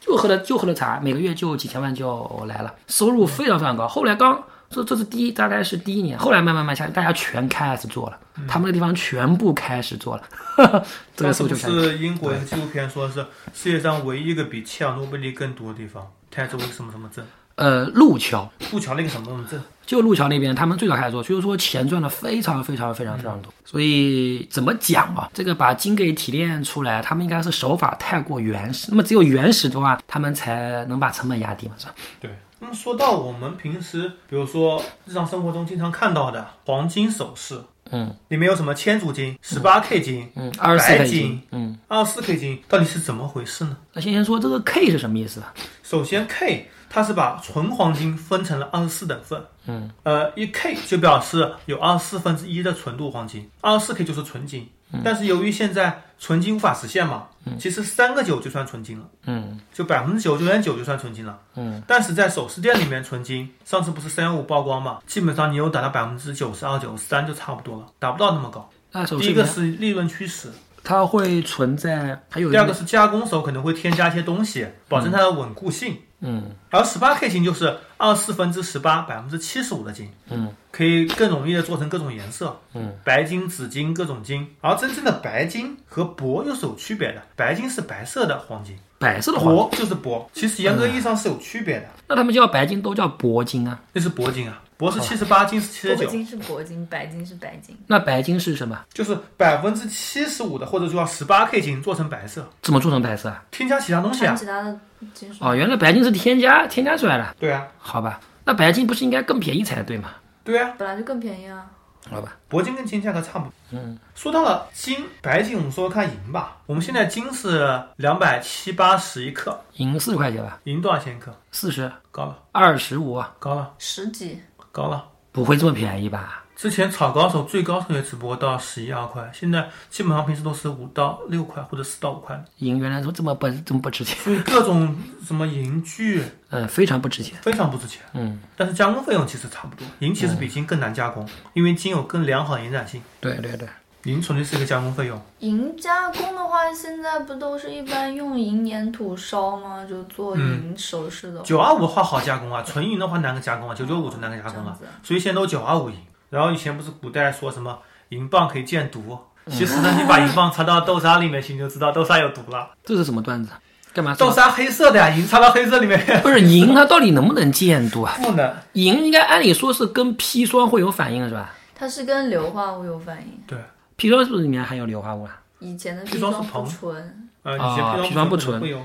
Speaker 3: 就喝了就喝了茶，每个月就几千万就来了，收入非常非常高。后来刚这这是第一，大概是第一年，后来慢慢慢下，大家全开始做了，他们那地方全部开始做了， [LAUGHS] 呵呵这
Speaker 2: 当
Speaker 3: 个
Speaker 2: 时
Speaker 3: 时
Speaker 2: 不
Speaker 3: 候就全开始
Speaker 2: 是英国人纪录片说是世界上唯一一个比切尔诺贝利更多的地方，泰州什么什么镇，
Speaker 3: 呃路桥。
Speaker 2: 布桥那个什么什么镇，
Speaker 3: 就路桥那边，他们最早开始做，所以说钱赚的非常非常非常非常
Speaker 2: 嗯
Speaker 3: 多。所以怎么讲啊？这个把金给提炼出来，他们应该是手法太过原始。那么只有原始的话，他们才能把成本压低嘛，是吧？
Speaker 2: 对。那么说到我们平时，比如说日常生活中经常看到的黄金首饰，
Speaker 3: 嗯
Speaker 2: 里面有什么千足金、十八 K 金、
Speaker 3: 嗯，二十四 K
Speaker 2: 白金
Speaker 3: 金，嗯。
Speaker 2: 二十四 K 金，到底是怎么回事呢？
Speaker 3: 那先先说这个 K 是什么意思吧？
Speaker 2: 首先 K 它是把纯黄金分成了二十四等份，嗯，呃，一 K 就表示有二十四分之一的纯度黄金，二十四 K 就是纯金。
Speaker 3: 嗯
Speaker 2: 但是由于现在纯金无法实现嘛，其实三个九就算纯金了，
Speaker 3: 嗯，
Speaker 2: 就百分之九十九点九就算纯金了，嗯。但是在首饰店里面纯金，上次不是三幺五曝光嘛，基本上你有达到百分之九十二、九十三就差不多了，达不到那么高。
Speaker 3: 那首
Speaker 2: 第
Speaker 3: 饰
Speaker 2: 一个
Speaker 3: 呢
Speaker 2: 是利润驱使，
Speaker 3: 它会存在，还有一
Speaker 2: 第二个是加工时候可能会添加一些东西，保证它的稳固性。
Speaker 3: 嗯，
Speaker 2: 然后十八 K 金就是二四分之十八，百分之七十五的金，
Speaker 3: 嗯，
Speaker 2: 可以更容易的做成各种颜色，
Speaker 3: 嗯，
Speaker 2: 白金、紫金各种金。而真正的白金和铂又是有区别的，白金是白色的黄金，
Speaker 3: 白色的话，
Speaker 2: 铂就是铂，其实严格意义上是有区别的，
Speaker 3: 那他们叫白金都叫铂金啊。
Speaker 2: 那是铂金啊，铂是七十八，金是七十
Speaker 1: 铂
Speaker 2: 九，
Speaker 1: 金是铂金，白金是白金。
Speaker 3: 那白金是什么？
Speaker 2: 就是百分之七十五的或者说十八 K 金做成白色，
Speaker 3: 怎么做成白色啊？
Speaker 2: 添加其他东西
Speaker 1: 还有
Speaker 2: 啊，
Speaker 1: 其他的金属，
Speaker 3: 哦，原来白金是添加添加出来的，
Speaker 2: 对啊，
Speaker 3: 好吧？那白金不是应该更便宜才对吗？
Speaker 2: 对啊。
Speaker 1: 本来就更便宜啊。
Speaker 3: 好吧，
Speaker 2: 铂金跟金价格差不多。嗯，说到了金、白金，我们说说看银吧。我们现在金是两百七八十一克，
Speaker 3: 银四十块钱吧，
Speaker 2: 银多少钱一克？
Speaker 3: 四十
Speaker 2: 高了，
Speaker 3: 二十五，啊
Speaker 2: 高了，
Speaker 1: 十几，
Speaker 2: 高了。
Speaker 3: 不会这么便宜吧？
Speaker 2: 之前炒高手最高时候也只不过到十一二块，现在基本上平时都是五到六块或者四到五块，
Speaker 3: 银原来怎么这么不这么不值钱？
Speaker 2: 所以各种什么银具
Speaker 3: 嗯，非常不值钱。
Speaker 2: 非常不值钱。
Speaker 3: 嗯，
Speaker 2: 但是加工费用其实差不多，银其实比金更难加工，因为金有更良好的延展性，
Speaker 3: 对对对，
Speaker 2: 银纯粹是一个加工费用。
Speaker 1: 银加工的话，现在不都是一般用银粘土烧吗？就做
Speaker 3: 嗯
Speaker 1: 银首饰的话。
Speaker 2: 九二五的话好加工啊，纯银的话难个加工啊，九九五就难个加工
Speaker 1: 这
Speaker 2: 了
Speaker 1: 样子。
Speaker 2: 所以现在都九二五银。然后以前不是古代说什么银棒可以见毒，其实
Speaker 1: 嗯
Speaker 2: 呢，你把银棒插到豆沙里面去，你就知道豆沙有毒了。
Speaker 3: 这是什么段子？干嘛
Speaker 2: 豆
Speaker 3: 说？
Speaker 2: 沙黑色的呀，银插到黑色里面 [LAUGHS]
Speaker 3: 不是银，它到底能不能见度啊？
Speaker 2: 不能。
Speaker 3: 银应该按理说是跟砒霜会有反应的是吧？
Speaker 1: 它是跟硫化物有反应，
Speaker 2: 对，
Speaker 3: 砒霜是不是里面含有硫化物啊？
Speaker 1: 以前的
Speaker 2: 砒
Speaker 1: 霜
Speaker 2: 霜是
Speaker 1: 不
Speaker 2: 硼
Speaker 1: 纯，
Speaker 2: 呃，
Speaker 3: 啊
Speaker 2: 以前
Speaker 3: 砒霜不
Speaker 2: 纯
Speaker 3: 纯
Speaker 2: 会有。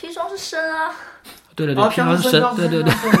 Speaker 1: 砒霜是砷啊。
Speaker 3: 对对对，
Speaker 2: 哦，
Speaker 3: 砒霜是砷，对对对，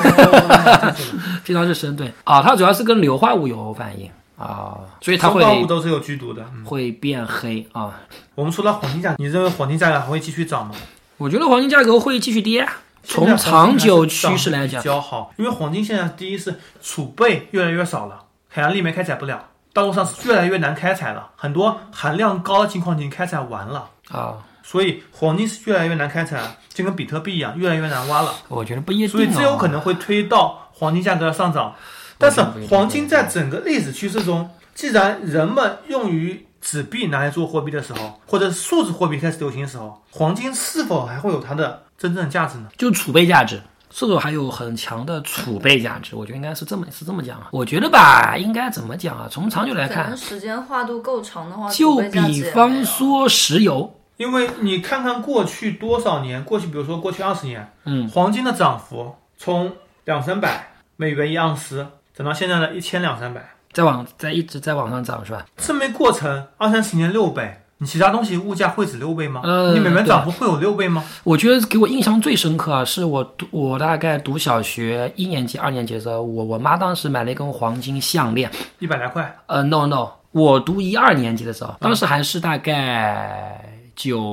Speaker 2: 对。
Speaker 3: [LAUGHS] 砒霜是砷，对啊，它主要是跟硫化物有反应啊，所以它
Speaker 2: 生化物
Speaker 3: 会
Speaker 2: 都是有剧毒的。嗯
Speaker 3: 会变黑啊。
Speaker 2: 我们说到黄金价格，你认为黄金价格还会继续涨吗？
Speaker 3: 我觉得黄金价格会继续跌啊，
Speaker 2: 现在
Speaker 3: 从
Speaker 2: 黄金
Speaker 3: 长久
Speaker 2: 还是涨
Speaker 3: 趋势
Speaker 2: 得
Speaker 3: 来
Speaker 2: 比
Speaker 3: 讲，
Speaker 2: 较好，因为黄金现在第一是储备越来越少了，海洋里面开采不了，道路上是越来越难开采了，很多含量高的金矿已经开采完了，
Speaker 3: 啊，
Speaker 2: 所以黄金是越来越难开采了，就跟比特币一样，越来越难挖了，
Speaker 3: 我觉得不一定、哦。
Speaker 2: 所以这有可能会推到黄金价格的上涨。但是
Speaker 3: 我觉得不一定
Speaker 2: 黄金在整个历史趋势中，既然人们用于纸币拿来做货币的时候，或者数字货币开始流行的时候，黄金是否还会有它的真正的价值呢？
Speaker 3: 就储备价值。射手还有很强的储备价值，我觉得应该是这么是这么讲啊。我觉得吧，应该怎么讲啊？从长久来
Speaker 1: 可能
Speaker 3: 看，
Speaker 1: 时间跨度够长的话，
Speaker 3: 就
Speaker 1: 储备价值
Speaker 3: 比
Speaker 1: 也没有
Speaker 3: 方，说石油，
Speaker 2: 因为你看看过去多少年，过去比如说过去二十年，
Speaker 3: 嗯，
Speaker 2: 黄金的涨幅从两三百美元一盎司涨到现在的一千两三百，
Speaker 3: 在往在一直在往上涨是吧？
Speaker 2: 这没过程二三十年六倍，你其他东西物价会只六倍吗？
Speaker 3: 呃
Speaker 2: 你美元涨幅会有六倍吗？
Speaker 3: 我觉得给我印象最深刻啊，是我读我大概读小学一年级、二年级的时候，我我妈当时买了一根黄金项链。
Speaker 2: 一百来块，
Speaker 3: 呃，no no，我读一二年级的时候，当时还是大概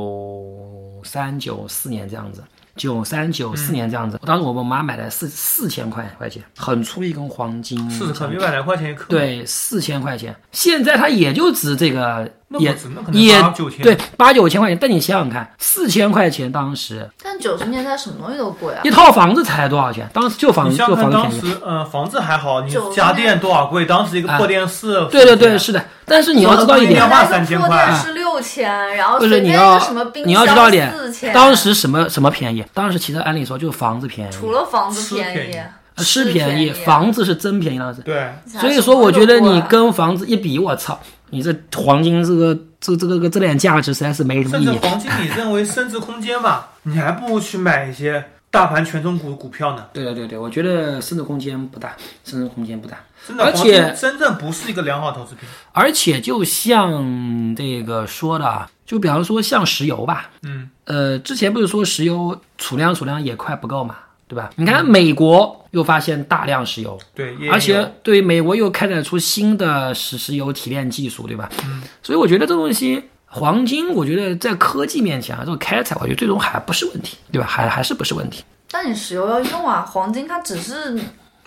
Speaker 3: 九三九四年这样子。九三九四年这样子，当时我妈买了四四千块块钱，很粗一根黄金
Speaker 2: 四十克，
Speaker 3: 项
Speaker 2: 一
Speaker 3: 链，
Speaker 2: 百来块钱一克，，
Speaker 3: 嗯对，四千块钱。现在它也就值这个，
Speaker 2: 那
Speaker 3: 也
Speaker 2: 不止，那可
Speaker 3: 也
Speaker 2: 能八九千，
Speaker 3: 对，八九千块钱。但你想想看，四千块钱当时
Speaker 1: 但九十年代什么东西都贵啊
Speaker 3: 一。套房子才多少钱？当时就房
Speaker 2: 你
Speaker 3: 子
Speaker 2: 像
Speaker 3: 就
Speaker 2: 看
Speaker 3: 房子
Speaker 2: 当
Speaker 3: 便宜。
Speaker 2: 时，呃，房子还好，你
Speaker 1: 九十
Speaker 2: 家
Speaker 1: 年
Speaker 2: 电多少贵？当时一个
Speaker 3: 啊
Speaker 2: 破电视，啊
Speaker 3: 对对对，是的。但是你要知道一
Speaker 2: 电
Speaker 3: 点，
Speaker 2: 话3000块
Speaker 1: 那个破电视六千，然后
Speaker 3: 啊不是
Speaker 1: 随便
Speaker 3: 你
Speaker 1: 一
Speaker 3: 要
Speaker 1: 个什么冰
Speaker 3: 你要知道点
Speaker 1: 四千，，
Speaker 3: 当时什么什么便宜？当时其实按理说就是房子便宜，
Speaker 1: 除了房子
Speaker 2: 吃
Speaker 1: 便
Speaker 2: 便
Speaker 1: 宜
Speaker 2: 宜，
Speaker 3: 呃是
Speaker 1: 吃
Speaker 3: 便宜，房子是真便宜当时。
Speaker 2: 对，
Speaker 3: 所以说，我觉得
Speaker 1: 啊
Speaker 3: 你跟房子一比，我操，你这黄金这个这这个这点价值实在是没什么
Speaker 2: 甚
Speaker 3: 意
Speaker 2: 至
Speaker 3: 义。
Speaker 2: 黄金你认为升值空间吧，你还不如去买一些大盘权重股股票呢。
Speaker 3: 对对对对，我觉得升值空间不大，升值空间不大。
Speaker 2: 真的，
Speaker 3: 而
Speaker 2: 黄
Speaker 3: 且
Speaker 2: 金真正不是一个良好投资品。
Speaker 3: 而且就像这个说的，啊，就比方说像石油吧，
Speaker 2: 嗯，
Speaker 3: 呃，之前不是说石油储量储量也快不够嘛，对吧？你看美国又发现大量石油，
Speaker 2: 对，也
Speaker 3: 而
Speaker 2: 有
Speaker 3: 且对美国又开展出新的石石油提炼技术，对吧？
Speaker 2: 嗯
Speaker 3: 所以我觉得这东西。黄金，我觉得在科技面前啊，这种开采，我觉得最终还不是问题，对吧？还还是不是问题？
Speaker 1: 但你石油要用啊，黄金它只是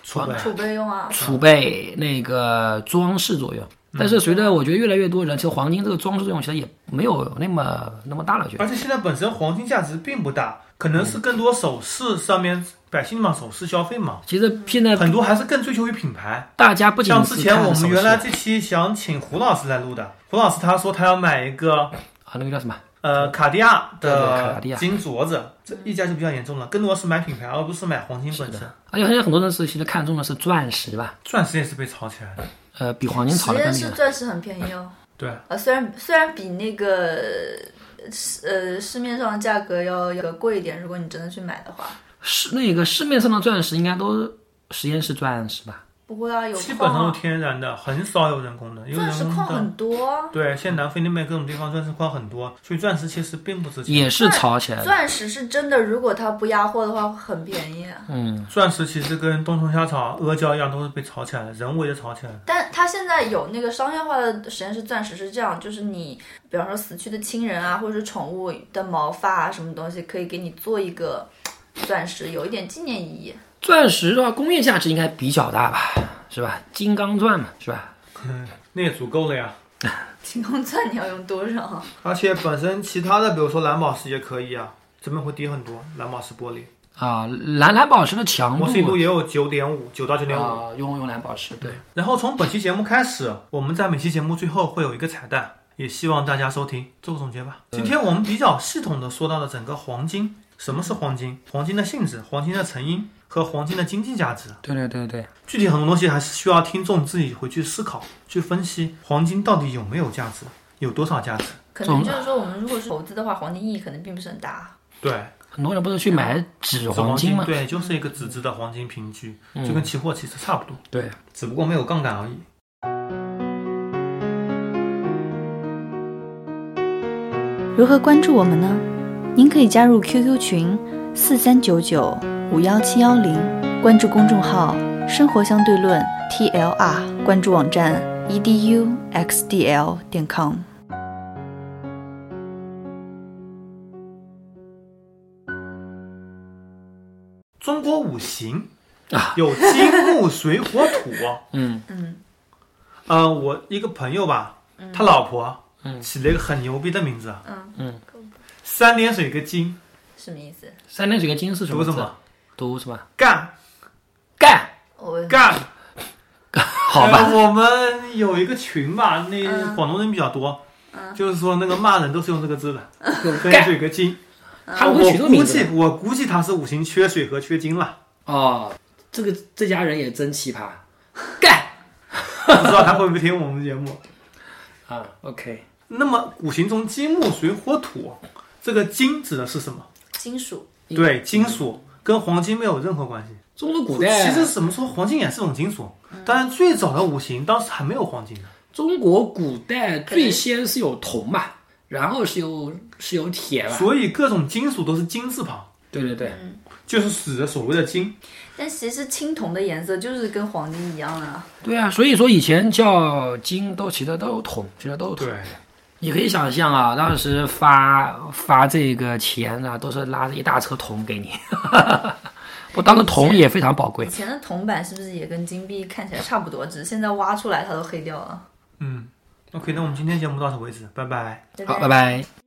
Speaker 2: 储备
Speaker 1: 储备用
Speaker 2: 嗯
Speaker 1: 啊。
Speaker 3: 储备那个装饰作用，但是随着我觉得越来越多人，其实黄金这个装饰作用其实也没有那么那么大了，我觉得。
Speaker 2: 而且现在本身黄金价值并不大，可能是更多首饰上面百姓嘛，首饰消费嘛，
Speaker 3: 其实现在
Speaker 2: 很多还是更追求于品牌。
Speaker 3: 大家不仅
Speaker 2: 像
Speaker 3: 是
Speaker 2: 之前
Speaker 3: 看
Speaker 2: 我们
Speaker 3: 首
Speaker 2: 原来
Speaker 3: 饰
Speaker 2: 这期想请胡老师来录的，胡老师他说他要买一个
Speaker 3: 啊，那个叫什么？
Speaker 2: 呃卡地亚
Speaker 3: 对对卡
Speaker 2: 的
Speaker 3: 地亚
Speaker 2: 金镯子，这溢价就比较严重了，更多是买品牌而不是买黄金本身。
Speaker 3: 而且现在啊很多人是其实看中的是钻石吧，
Speaker 2: 钻石也是被炒起来的，
Speaker 3: 呃，比黄金炒
Speaker 1: 实
Speaker 3: 的
Speaker 1: 验
Speaker 3: 更厉
Speaker 1: 室
Speaker 3: 害。
Speaker 1: 钻石很便宜哦，
Speaker 2: 对。
Speaker 1: 呃，虽然虽然比那个市呃市面上的价格要要贵一点，如果你真的去买的话，
Speaker 3: 市那个市面上的钻石应该都是实验室钻石吧？
Speaker 1: 不过啊有
Speaker 2: 基本
Speaker 1: 矿
Speaker 2: 上
Speaker 1: 啊
Speaker 2: 是，天然的，很少有人工的，因为
Speaker 1: 钻石
Speaker 2: 人
Speaker 1: 矿
Speaker 2: 工的
Speaker 1: 很多啊，
Speaker 2: 对，现在南非那边各种地方钻石矿很多，所以钻石其实并不值钱。
Speaker 3: 也是炒起来的。
Speaker 1: 钻石是真的，如果它不压货的话很便宜啊，
Speaker 2: 钻石其实跟冬虫夏草、阿胶一样，都是被炒起来的，人为的炒起来 [LAUGHS] 的。
Speaker 1: 但它现在有那个商业化的实验室钻石是这样，就是你比方说死去的亲人啊，或者是宠物的毛发啊，什么东西可以给你做一个钻石，有一点纪念意义。
Speaker 3: 钻石的话，工业价值应该比较大吧，是吧？金刚钻嘛，是吧？
Speaker 2: 那也足够了呀。
Speaker 1: 金刚钻你要用多少 [LAUGHS] 啊？
Speaker 2: 而且本身其他的，比如说蓝宝石也可以啊，成本会低很多。蓝宝石玻璃，
Speaker 3: 啊，蓝蓝宝石的强
Speaker 2: 摩西度
Speaker 3: 度
Speaker 2: 也有九点五，九到九点五。
Speaker 3: 啊，用用蓝宝石对。
Speaker 2: 然后从本期节目开始，我们在每期节目最后会有一个彩蛋，也希望大家收听。做个总结吧。今天我们比较系统的说到了整个黄金，什么是黄金，黄金的性质、黄金的成因和黄金的经济价值。
Speaker 3: 对对对对，
Speaker 2: 具体很多东西还是需要听众自己回去思考、去分析，黄金到底有没有价值，有多少价值？
Speaker 1: 可能就是说，我们如果是投资的话，黄金意义可能并不是很大。
Speaker 2: 对，
Speaker 3: 很多人不是去买纸黄金吗？嗯
Speaker 2: 对，就是一个纸质的黄金凭据，就跟期货其实差不多，
Speaker 3: 对，
Speaker 2: 只不过没有杠杆而已。
Speaker 4: 如何关注我们呢？您可以加入 QQ 群四三九九五幺七幺零，关注公众号“生活相对论 ”TLR，关注网站 E eduxdl 点 com。
Speaker 2: 中国五行
Speaker 3: 啊
Speaker 2: 有金木水火 [LAUGHS] 土。
Speaker 3: 嗯，
Speaker 1: 嗯，
Speaker 2: 呃，我一个朋友吧，他老婆
Speaker 3: 嗯
Speaker 2: 起了一个很牛逼的名字，
Speaker 1: 嗯
Speaker 3: 嗯，
Speaker 2: 三点水一个金，
Speaker 1: 什么意思？
Speaker 3: 三点水跟金是什
Speaker 2: 读
Speaker 3: 么字？
Speaker 2: 什么？
Speaker 3: 读什么？
Speaker 2: 干
Speaker 3: 干，
Speaker 1: 我
Speaker 2: 干。
Speaker 3: 好吧。 [LAUGHS]
Speaker 2: 呃我们有一个群吧，那
Speaker 1: 嗯
Speaker 2: 广东人比较多，就是说那个骂人都是用这个字的，跟水和金。
Speaker 3: 他们会
Speaker 2: 我
Speaker 3: 取这个
Speaker 2: 估
Speaker 3: 名字
Speaker 2: 计
Speaker 3: 的
Speaker 2: 我估计他是五行缺水和缺金了，
Speaker 3: 哦。这个这家人也真奇葩，干
Speaker 2: 不知道他会不会听我们节目。
Speaker 3: 啊，OK，
Speaker 2: 那么五行中金木水火土，这个金指的是什么？
Speaker 1: 金属
Speaker 3: 嗯
Speaker 2: 对，金属跟黄金没有任何关系。
Speaker 3: 中国古代
Speaker 2: 其实怎么说，黄金也是种金属，当然最早的五行当时还没有黄金呢。
Speaker 3: 中国古代最先是有铜嘛，然后是有是有铁嘛。
Speaker 2: 所嗯以各种金属都是金字旁，
Speaker 3: 对对对，
Speaker 2: 就是指的所谓的金。
Speaker 1: 但其实青铜的颜色就是跟黄金一样的啊，
Speaker 3: 对啊，所以说以前叫金都其实都有铜，其实都有铜。
Speaker 2: 对，
Speaker 3: 你可以想象啊，当时发发这个钱啊，都是拉着一大车铜给你。 [LAUGHS] 我当时铜也非常宝贵
Speaker 1: 以。前的铜板是不是也跟金币看起来差不多？只是现在挖出来它都黑掉了。
Speaker 2: 嗯，OK，那我们今天节目到此为止，拜拜。
Speaker 1: 拜
Speaker 3: 好，拜拜。